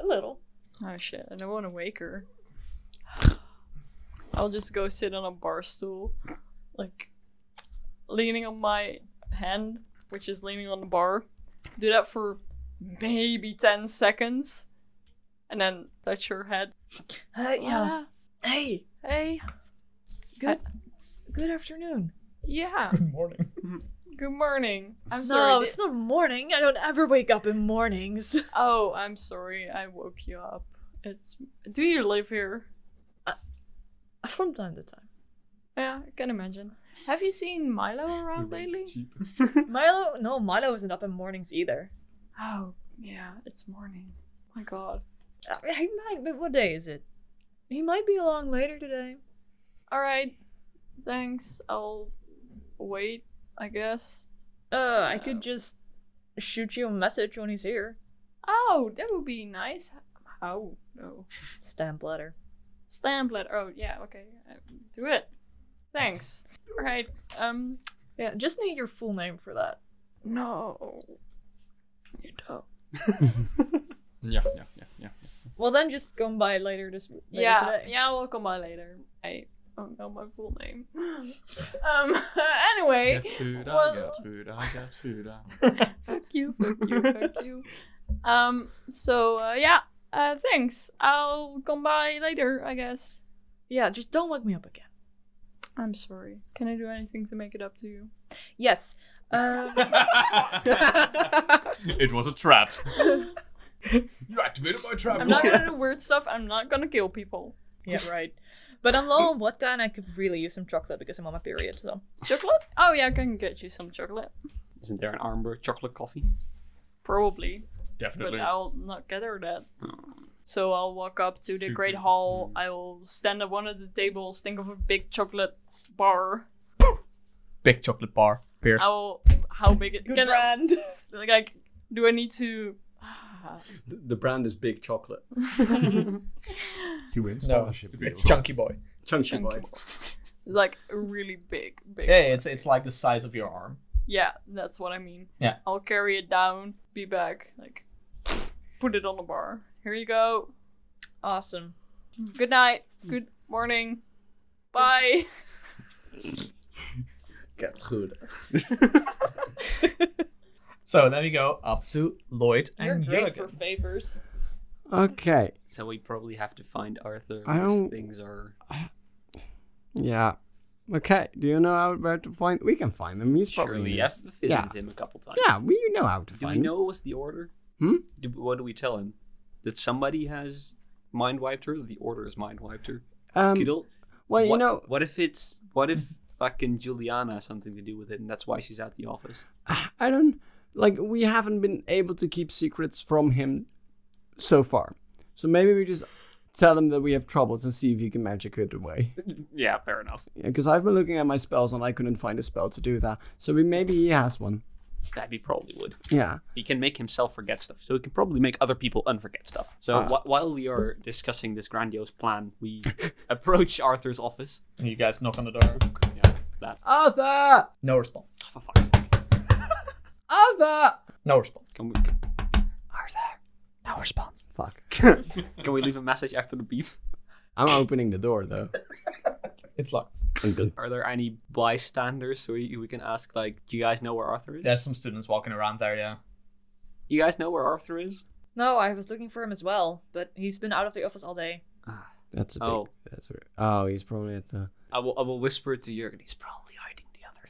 A little.
Oh shit! I don't want to wake her. I'll just go sit on a bar stool, like leaning on my hand, which is leaning on the bar. Do that for maybe ten seconds, and then touch her head. Ah,
Hey, yeah. Hey,
Hey.
good. Good afternoon.
Yeah.
Good morning.
Good morning. I'm sorry.
No,
di-
it's not morning. I don't ever wake up in mornings.
Oh, I'm sorry. I woke you up. It's. Do you live here?
From time to time.
Yeah, I can imagine. Have you seen Milo around lately?
Milo, no, Milo isn't up in mornings either.
Oh, yeah, it's morning. My god.
Uh, He might, but what day is it? He might be along later today.
Alright. Thanks. I'll wait, I guess.
Uh, I could just shoot you a message when he's here.
Oh, that would be nice. How? No.
Stamp letter.
Stamp letter. Oh, yeah, okay. uh, Do it. Thanks. Alright. Um,
Yeah, just need your full name for that.
no. You don't.
Yeah, yeah, yeah, yeah.
Well, then just come by later this later
yeah,
today.
yeah, we'll come by later. I don't know my full name. um, anyway,
Gertrude,
well-
Gertrude, Gertrude.
fuck you, fuck you, fuck you. Um, so uh, yeah, uh, thanks. I'll come by later, I guess.
Yeah, just don't wake me up again.
I'm sorry. Can I do anything to make it up to you?
Yes. Um,
it was a trap. you activated my trap.
I'm not gonna do weird stuff. I'm not gonna kill people.
yeah, right. But I'm low on vodka, and I could really use some chocolate because I'm on my period. So
Chocolate? Oh yeah, I can get you some chocolate.
Isn't there an Armber chocolate coffee?
Probably, but
Definitely.
I'll not get her that. So I'll walk up to the great hall. I will stand at one of the tables, think of a big chocolate bar.
Big chocolate bar. Pierce.
I will. How big it?
good
can I,
brand.
like, I, do I need to?
The brand is Big Chocolate.
You win
No,
sponsorship.
it's
deal.
Chunky Boy.
Chunky,
Chunky
boy.
like really big, big.
Yeah, it's it's like the size of your arm.
Yeah, that's what I mean.
Yeah.
I'll carry it down, be back, like put it on the bar. Here you go.
Awesome.
Good night. Good morning. Bye.
Gertrude.
So then we go up to Lloyd
You're
and
great
Jurgen.
for favors.
Okay.
So we probably have to find Arthur.
I
because
don't-
Things are.
Yeah. Okay. Do you know how, where to find? We can find them. He's probably.
Surely,
in
yes.
this-
Visited
Yeah.
him a couple times.
Yeah. We know how to
Do we
find.
know what's the order?
Hmm?
Do, what do we tell him? That somebody has mind wiped her. That the order has mind wiped her.
Um,
Kiddle,
well, you
what,
know,
What if it's? What if fucking Juliana has something to do with it, and that's why she's at the office?
I don't like. We haven't been able to keep secrets from him so far. So maybe we just tell him that we have troubles and see if he can magic it away.
Yeah, fair enough.
Because I've been looking at my spells and I couldn't find a spell to do that. So we, maybe he has one.
That he probably would.
Yeah.
He can make himself forget stuff, so he can probably make other people unforget stuff. So
Ah.
wh- while we are discussing this grandiose plan, we approach Arthur's office.
You guys knock on the door.
Yeah, that.
Arthur!
No response.
Oh, for fuck's sake.
Arthur!
No response.
Can we
No response. Fuck.
can we leave a message after the beef?
I'm opening the door though.
It's locked.
Are there any bystanders so we, we can ask like, do you guys know where Arthur is?
There's some students walking around there, yeah.
You guys know where Arthur is?
No, I was looking for him as well, but he's been out of the office all day.
That's a big.
Oh.
That's weird. Oh, he's probably at the.
I will I will whisper it to Jurgen. He's probably hiding the other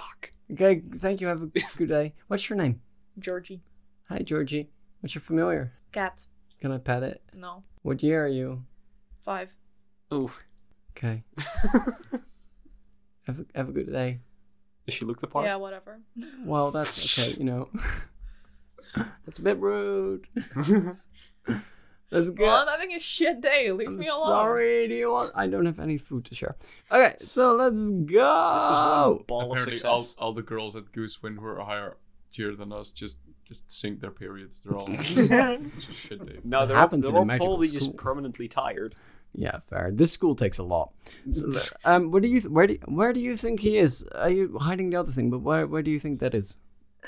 thing.
Okay, thank you. Have a good day. What's your name?
Georgie.
Hi, Georgie. What's your familiar?
Cat.
Can I pet it?
No.
What year are you?
Five.
Oh,
Okay. have, a, have a good day.
does she look the part?
Yeah, whatever.
Well, that's okay, you know. that's a bit rude. Let's go.
Well, I'm having a shit day. Leave
I'm
me alone.
sorry, do you want? I don't have any food to share. Okay, so let's go.
Ball of
Apparently,
success.
all, all the girls at Goosewind who are a higher tier than us just just sink their periods. They're all it's a shit day.
No,
It
they're,
happens
all,
in
they're
a
all
magical
probably
school.
just permanently tired.
Yeah, fair. This school takes a lot. So, um, what do you? Th- where do? Where do you think he is? Are you hiding the other thing? But where? Where do you think that is?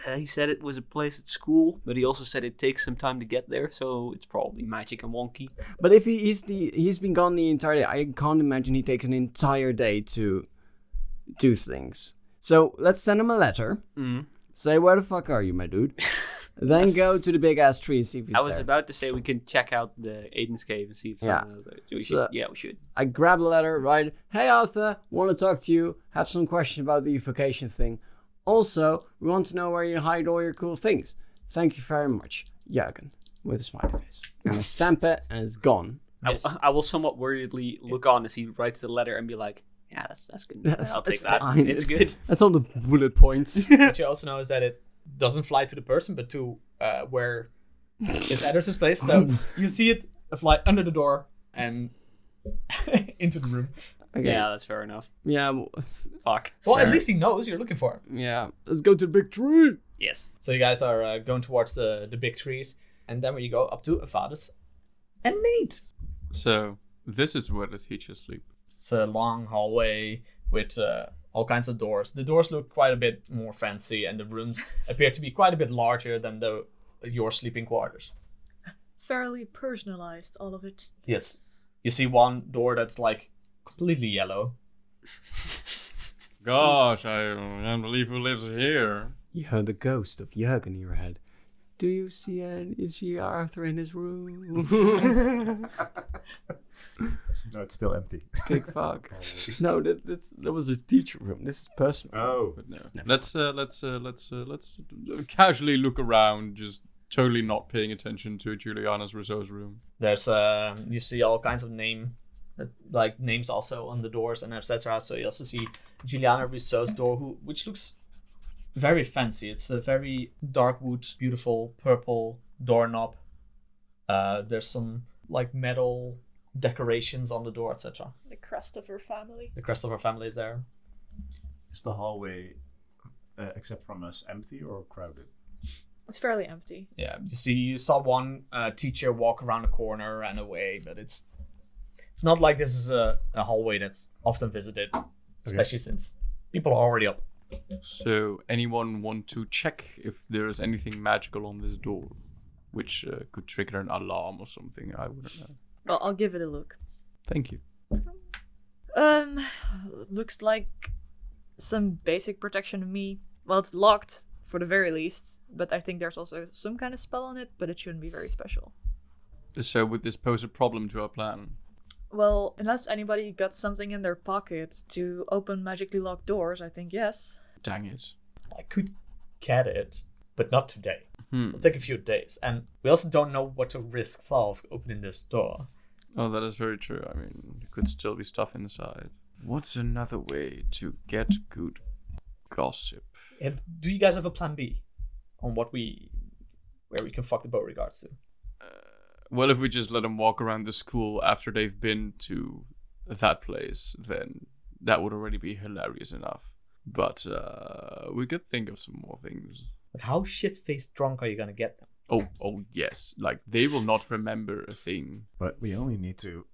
Uh, he said it was a place at school, but he also said it takes some time to get there, so it's probably magic and wonky.
But if he, he's the he's been gone the entire day, I can't imagine he takes an entire day to do things. So let's send him a letter.
Mm.
Say where the fuck are you, my dude? then go to the big ass tree and see if he's
I was
there.
about to say we can check out the Aiden's cave and see if
Yeah.
someone yeah. there. We
So-
should, yeah, we should.
I grab the letter, right? Hey Arthur, want to talk to you. Have some questions about the evocation thing. Also, we want to know where you hide all your cool things. Thank you very much, Jürgen, with a smiley face. And I stamp it, and it's gone.
I, w- I will somewhat worriedly look on as he writes the letter and be like, "Yeah, that's that's good.
That's-
I'll
that's
take that.
fine.
It's good."
That's all the bullet points.
What you also know is that it doesn't fly to the person, but to uh, where his address is placed. So you see it fly under the door and into the room.
Okay.
Yeah, that's fair enough.
Yeah, w-
Fuck.
Well, at least he knows you're looking for. him.
yeah. Let's go to the big tree.
Yes.
So you guys are uh, going towards the, the big trees, and then when you go up to Avadis and Nate.
So this is where the teachers sleep.
It's a long hallway with uh, all kinds of doors. The doors look quite a bit more fancy, and the rooms appear to be quite a bit larger than the your sleeping quarters.
Fairly personalized, all of it.
Yes. You see one door that's like completely yellow.
Gosh, I can't believe who lives here.
You heard the ghost of Jürgen in your head. Do you see an is she Arthur in his room?
No, it's still empty.
Big fuck. No, that, that's, that was his teacher room. This is personal.
Oh.
But no. Let's uh, let's uh, let's uh, let's uh, casually look around, just totally not paying attention to Juliana's resource room.
There's uh you see all kinds of name uh, like names also on the doors and etc. So you also see Juliana Rousseau's door who which looks very fancy. It's a very dark wood, beautiful purple doorknob. Uh there's some like metal decorations on the door, etc.
The crest of her family.
The crest of her family is there.
Is the hallway, uh, except from us, empty or crowded?
It's fairly empty.
Yeah, you see, you saw one uh, teacher walk around the corner and away, but it's it's not like this is a, a hallway that's often visited, especially since people are already up.
So, anyone want to check if there is anything magical on this door, which uh, could trigger an alarm or something? I wouldn't know.
Well, I'll give it a look.
Thank you.
Um, looks like some basic protection of me. Well, it's locked for the very least, but I think there's also some kind of spell on it, but it shouldn't be very special.
So, would this pose a problem to our plan?
Well, unless anybody got something in their pocket to open magically locked doors, I think yes.
Dang it!
I could get it, but not today. It'll take a few days, and we also don't know what to risk solve opening this door.
Oh, that is very true. I mean, there could still be stuff inside. What's another way to get good gossip?
And do you guys have a plan B on what we where we can fuck the Beauregards to?
Well, if we just let them walk around the school after they've been to that place, then that would already be hilarious enough. But uh, we could think of some more things.
Like, how shit faced drunk are you gonna get them?
Oh, oh yes, like they will not remember a thing.
But we only need to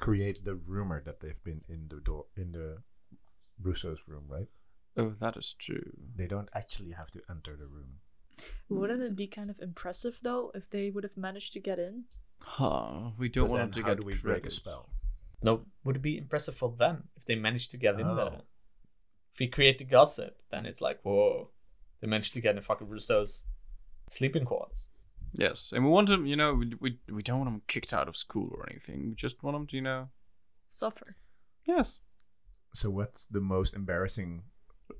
create the rumor that they've been in the door in the Russo's room, right?
Oh, that is true.
They don't actually have to enter the room.
Wouldn't it be kind of impressive though if they would have managed to get in?
Huh, we don't
But
want
then
them to
how
get
do we
credit.
break a spell?
No, would it be impressive for them if they managed to get in there?
Oh.
If we create the gossip, then it's like, whoa, they managed to get in fucking Rousseau's sleeping quarters.
Yes, and we want them. You know, we, we we don't want them kicked out of school or anything. We just want them to, you know.
Suffer.
Yes.
So what's the most embarrassing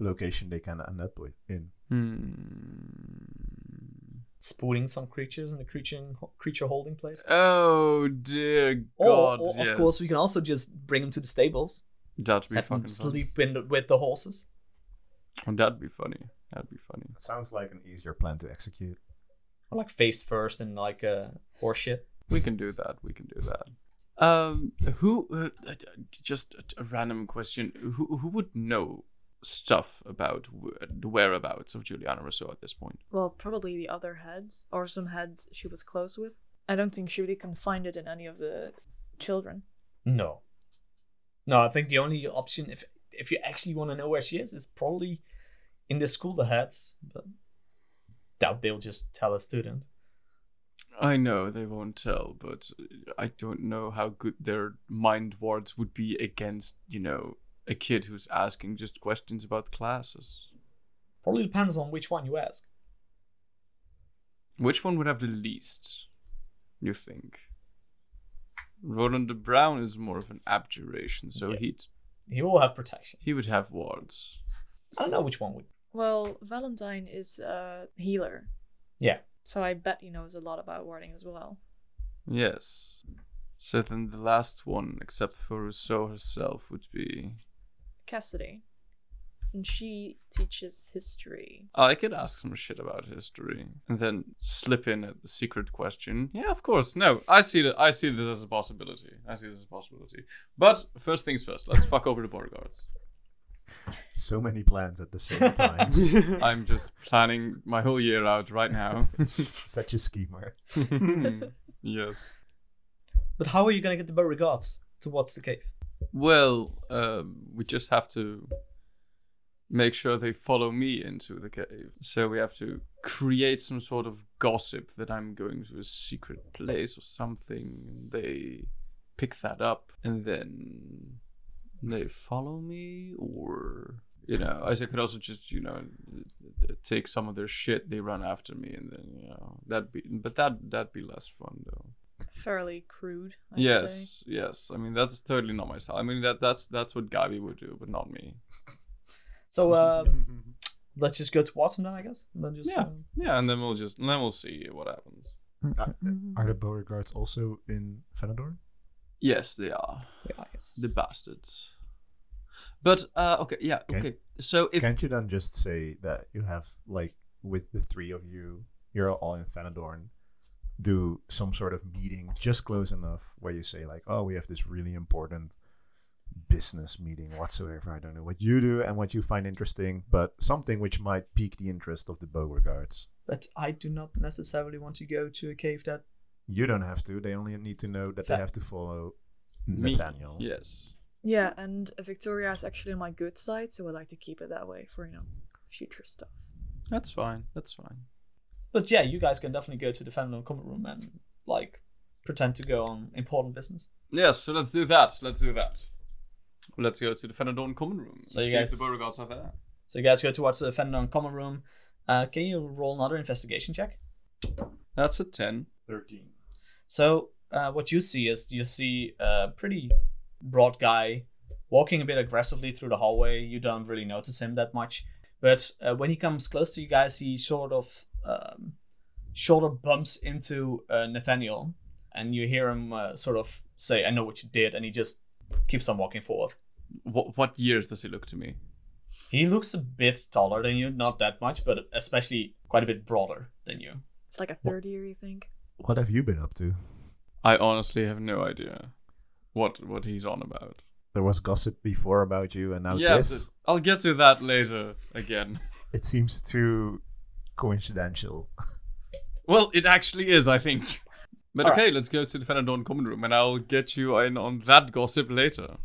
location they can end up with in.
Hmm.
Spooning some creatures in the creature creature holding place.
Oh dear
Or,
God!
or
yes.
of course, we can also just bring them to the stables,
that'd be
have
fucking
them
fun.
sleep in the, with the horses.
Oh, that'd be funny. That'd be funny.
Sounds like an easier plan to execute.
Or like face first and like uh, horse shit.
We can do that. We can do that. Um, who? Uh, uh, just a, a random question. Who who would know stuff about w- the whereabouts of Juliana Rousseau at this point?
Well, probably the other heads, or some heads she was close with. I don't think she really confided in any of the children.
No. No, I think the only option, if if you actually want to know where she is, is probably in the school ahead. But doubt they'll just tell a student.
I know they won't tell, but I don't know how good their mind wards would be against you know a kid who's asking just questions about classes.
Probably depends on which one you ask.
Which one would have the least, you think? Roland the Brown is more of an abjuration, so
Yeah.
he'd
He will have protection.
he would have wards.
I don't know which one would.
Well, Valentine is a healer,
Yeah.
so I bet he knows a lot about warding as well.
Yes. So then the last one, except for Rousseau herself, would be
Cassidy. And she teaches history.
Oh, I could ask some shit about history. And then slip in at the secret question. Yeah, of course. No. I see that I see this as a possibility. I see this as a possibility. But first things first, let's fuck over the Beauregards.
So many plans at the same time.
I'm just planning my whole year out right now.
Such a schemer.
yes.
But how are you going to get the Beauregards towards the cave?
Well, um, we just have to make sure they follow me into the cave. So we have to create some sort of gossip that I'm going to a secret place or something. And they pick that up and then they follow me or. You know, I could also just you know take some of their shit. They run after me, and then you know that'd be, but that that'd be less fun though
Fairly crude, I'd say.
yes, yes. I mean that's totally not my style. I mean that that's that's what Gavi would do, but not me.
So uh, let's just go to Watson then, I guess. And then just,
Yeah,
um,
yeah. And then we'll just and then we'll see what happens.
Are the Beauregards also in Fenador?
Yes, they are
yeah, I guess.
the bastards. But uh, okay, yeah,
Can-
okay. So if
Can't you then just say that you have like with the three of you, you're all in Thanadorn, do some sort of meeting just close enough where you say like, oh, we have this really important business meeting whatsoever. I don't know what you do and what you find interesting, but something which might pique the interest of the Beauregards.
But I do not necessarily want to go to a cave that.
You don't have to. They only need to know that they
Tha-
have to follow
me,
Nathaniel.
yes,
Yeah, and Victoria is actually my good side, so I like to keep it that way for, you know, future stuff.
that's fine. That's fine.
But yeah, you guys can definitely go to the Fenelon Common Room and like pretend to go on important business.
Yes, so let's do that. Let's do that. Let's go to the Fenadorn common room.
So you
see if
guys-
the Beauregards are there.
So you guys go towards the Fenelon Common Room. Uh, can you roll another investigation check?
That's a ten.
Thirteen.
So uh, what you see is you see a pretty broad guy walking a bit aggressively through the hallway. You don't really notice him that much, but uh, when he comes close to you guys, he sort of um, shoulder bumps into uh, Nathaniel, and you hear him uh, sort of say, "I know what you did," and he just keeps on walking forward.
What what years does he look to me?
He looks a bit taller than you, not that much, but especially quite a bit broader than you.
It's like a third year, you think?
What have you been up to?
I honestly have no idea what what he's on about.
There was gossip before about you, and now this.
but I'll get to that later again.
It seems too coincidental.
Well, it actually is, I think. But
All
okay, let's go to the Fenadon common room, and I'll get you in on that gossip later.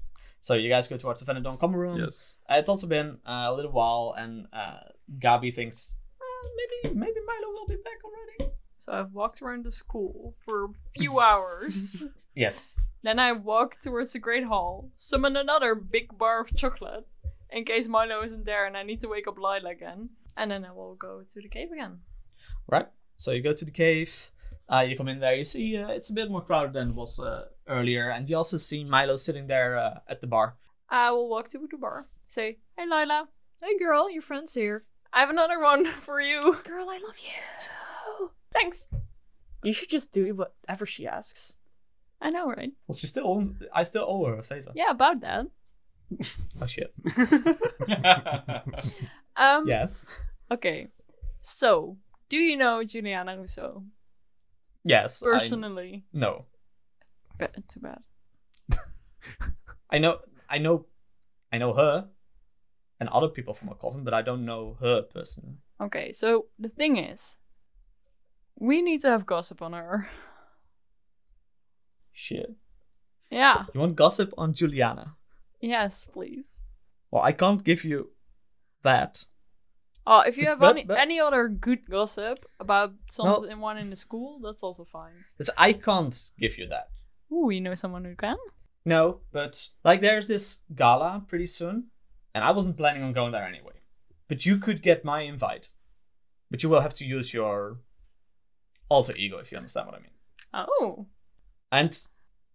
So you guys go towards the Fenadon common room.
Yes.
Uh, It's also been uh, a little while, and uh, Gabi thinks "Uh, maybe maybe Milo will be back already.
So I've walked around the school for a few hours.
Yes.
Then I walk towards the Great Hall, summon another big bar of chocolate in case Milo isn't there and I need to wake up Lila again. And then I will go to the cave again.
Right. So you go to the cave. Uh, you come in there. You see uh, it's a bit more crowded than it was uh, earlier, and you also see Milo sitting there uh, at the bar.
I will walk to the bar, say, Hey Lila,
Hey girl, your friend's here.
I have another one for you.
Girl, I love you.
Thanks.
You should just do whatever she asks.
I know, right?
Well, she still owns. I still owe her a favor.
Yeah, about that.
Oh shit.
Um,
yes.
Okay. So, do you know Juliana Rousseau
Yes. I-
personally?
no.
But too bad.
I know. I know. I know her, and other people from her coven, but I don't know her personally.
Okay, so the thing is, we need to have gossip on her.
Shit.
Yeah.
You want gossip on Juliana?
Yes, please.
Well, I can't give you that.
Oh, if you have
But-
any,
but-
any other good gossip about someone in the school, that's also fine.
'Cause I can't give you that.
Ooh, you know someone who can?
No, but like there's this gala pretty soon, and I wasn't planning on going there anyway. But you could get my invite. But you will have to use your alter ego if you understand what I mean.
Oh.
And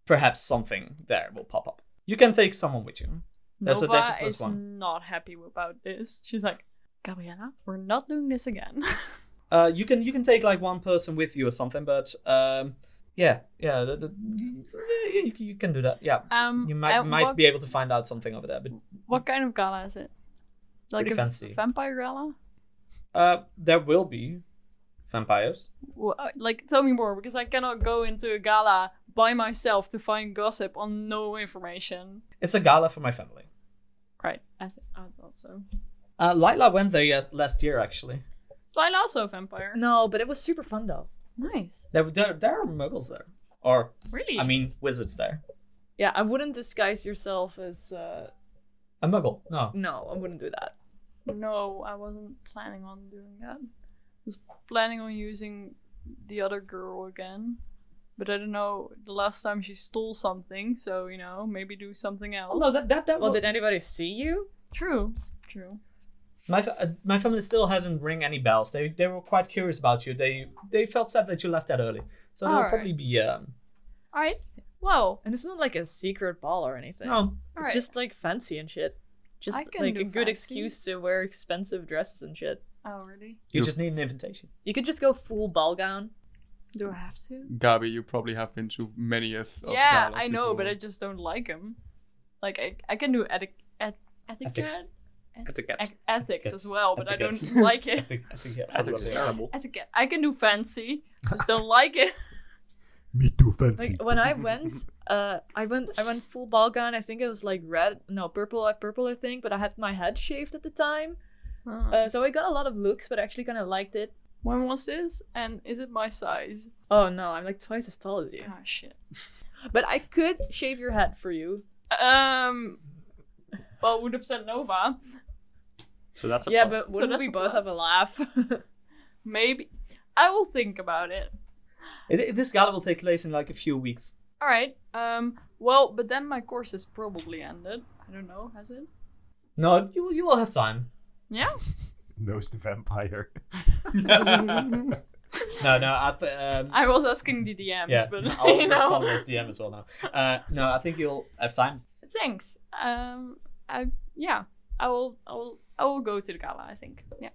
perhaps something there will pop up. You can take someone with you. There's a-
Nova
there's a plus
is
one.
not happy about this. She's like, Gabriella, we're not doing this again.
Uh, you can you can take like one person with you or something, but um, yeah, yeah, the, the, yeah, you, you can do that. Yeah,
Um,
you might
and
might
what,
be able to find out something over there. But
What kind of gala is it? Like
Pretty
a
fancy.
vampire gala?
uh, there will be vampires.
Wha- uh, Like, tell me more because I cannot go into a gala by myself to find gossip on no information.
It's a gala for my family.
Right. I, th- I thought so.
Uh, Lila went there yes, last year, actually.
Is Lila also a vampire?
No, but it was super fun though.
Nice.
There, there, there are muggles there. Or,
Really?
I mean, wizards there.
Yeah, I wouldn't disguise yourself as. uh
A muggle? No.
No, I wouldn't do that.
No, I wasn't planning on doing that. I was planning on using the other girl again. But I don't know, the last time she stole something, so, you know, maybe do something else.
Oh, no, that, that, that
Well,
was-
did anybody see you?
True. True.
my, fa- uh, my family still hasn't ring any bells. They, they were quite curious about you. They they felt sad that you left that early. So they'll
Alright.
probably be, um,
Alright. Well,
And it's not like a secret ball or anything.
no.
it's
alright.
just like fancy and shit. Just
I can
like
do
a good
fancy.
excuse to wear expensive dresses and shit.
Oh, really?
You
You-
just need an invitation.
You could just go full ball gown.
Do I have to?
Gabi, you probably have been to many of of
yeah,
galas
I know, but I
before.
just don't like him. Like, I, I can do eti- et- etiquette.
Ethics.
Etiquette.
ec- ethics as well, but I
Etiquette.
don't like
I
it.
think, I think, yeah. I
Ethics is
forgot
terrible.
Etiquette. I can do fancy, just don't like it.
Me too fancy.
Like when I went, uh, I went, I went full ball gown. I think it was like red, no, purple, uh, purple, I think. But I had my head shaved at the time,
Uh,
uh, so I got a lot of looks, but I actually kind of liked it.
when was this? And is it my size?
Oh no, I'm like twice as tall as you.
Ah, shit.
But I could shave your head for you.
Um. Well, would have said Nova.
So that's a
yeah,
plus.
but wouldn't
that's
we
a
both have a
plus.
laugh?
Maybe. I will think about it.
it. It- This gala will take place in like a few weeks.
All right. Um. Well, but then my course is probably ended. I don't know. Has it?
No, you, you will have time.
Yeah.
Knows the vampire.
No, no, I, th- um,
I was asking the DMs,
yeah,
but
I'll
you
respond
know.
as DM as well now. Uh, no, I think you'll have time.
Thanks. Um. I yeah. I will. I will. I will go to the gala. I think. Yeah.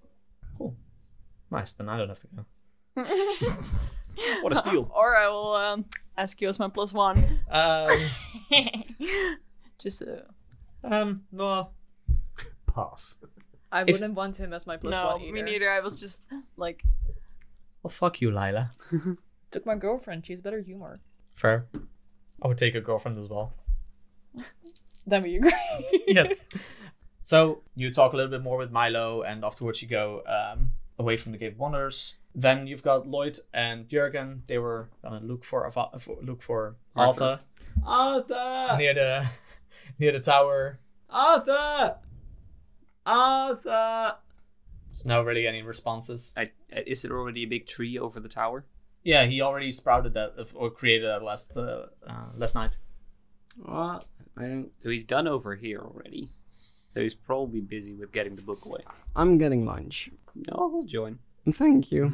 Nice, then I don't have to go.
what
a steal.
or I will um, ask you as my plus one.
Um,
Just uh,
um, well,
Pass.
I
If-
wouldn't want him as my plus
no,
one either.
me neither. I was just like,
Well, fuck you, Lila.
Took my girlfriend. She has better humor.
Fair. I would take a girlfriend as well.
Then we agree.
yes. So you talk a little bit more with Milo, and afterwards you go um, away from the Cave of Wonders. Then you've got Lloyd and Jurgen. They were gonna look for, Ava- for look for Alpha
Arthur!
near the near the tower.
Arthur! Arthur!
There's no really any responses.
I, I- is there already a big tree over the tower?
Yeah, he already sprouted that uh, or created that last uh, uh, last night.
What? I don't.
So he's done over here already. So he's probably busy with getting the book away.
I'm getting lunch.
No, I will join.
Thank you.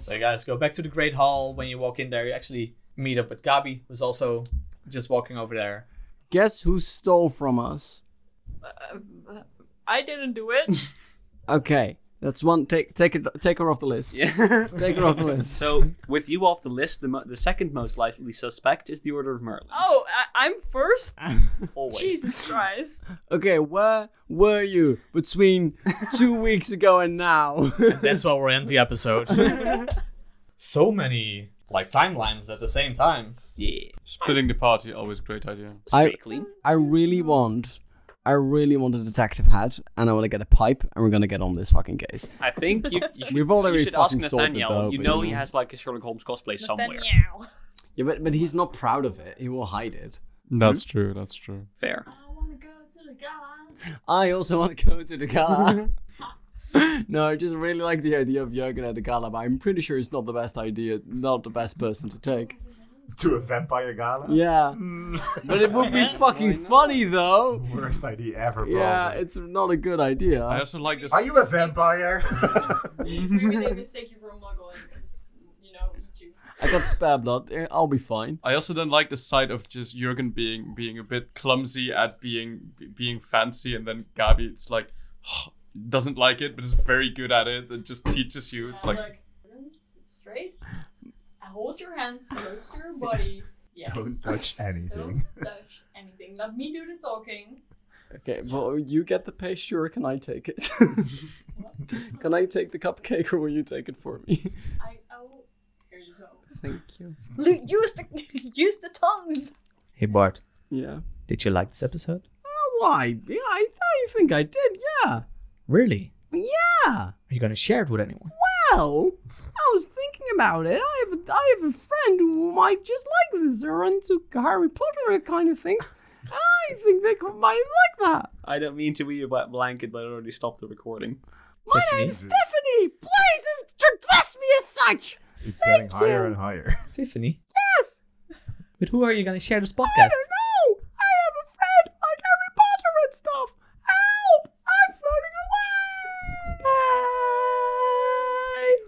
So you guys go back to the Great Hall. When you walk in there, you actually meet up with Gabi, who's also just walking over there.
Guess who stole from us?
uh, I didn't do it.
Okay, that's one. Take take it. Take her off the list.
Yeah.
Take her off the list.
so, with you off the list, the, mo- the second most likely suspect is the Order of Merlin.
Oh, I- I'm first.
Always.
Jesus Christ.
okay, where were you between two weeks ago and now?
That's why we're end the episode. so many like timelines at the same time.
Yeah.
Splitting the party, always a great idea.
I
Pretty clean.
I really want. I really want a detective hat, and I want to get a pipe, and we're gonna get on this fucking case.
I think you, you should,
We've already
you should ask
fucking solved it,
Nathaniel.
though,
you
but,
know
you
he
know.
has like a Sherlock Holmes cosplay somewhere.
Nathaniel.
Yeah, but but he's not proud of it. He will hide it.
That's true. That's true.
Fair.
I want to go to the gala.
I also want to go to the gala. no, I just really like the idea of Jurgen at the gala, but I'm pretty sure it's not the best idea, not the best person to take.
to a vampire gala.
Yeah. but it would be fucking funny though.
Worst idea ever, bro.
Yeah, it's not a good
I
idea.
also like this.
Are you a vampire?
Maybe they mistake you for a muggle and, you know, eat you.
I got spare blood. eh, I'll be fine.
I also don't like the side of just Jurgen being being a bit clumsy at being being fancy, and then Gabi, it's like doesn't like it, but is very good at it, and just teaches you. It's
I'm
like
like, sit straight. I hold your hands close to your body. Yes.
Don't touch anything.
Don't touch anything. Let me do the talking.
Okay, well, you get the paste, sure. Can I take it? can I take the cupcake or will you take it for me?
I, I will. Here you go.
Thank you.
Lu- use the use the tongues.
Hey Bart,
Yeah.
did you like this episode?
Oh, why? Yeah, I, I think I did. Yeah.
Really?
Yeah.
Are you gonna share it with anyone?
Well, I was thinking about it. I have a, I have a friend who might just like this. They're into Harry Potter kind of things. I think they could, might like that.
I don't mean to be a wet blanket, but I already stopped the recording.
My name's Stephanie. Please address me as such.
It's getting
Thank you.
higher and higher.
Tiffany,
Yes.
with who are you gonna share this podcast?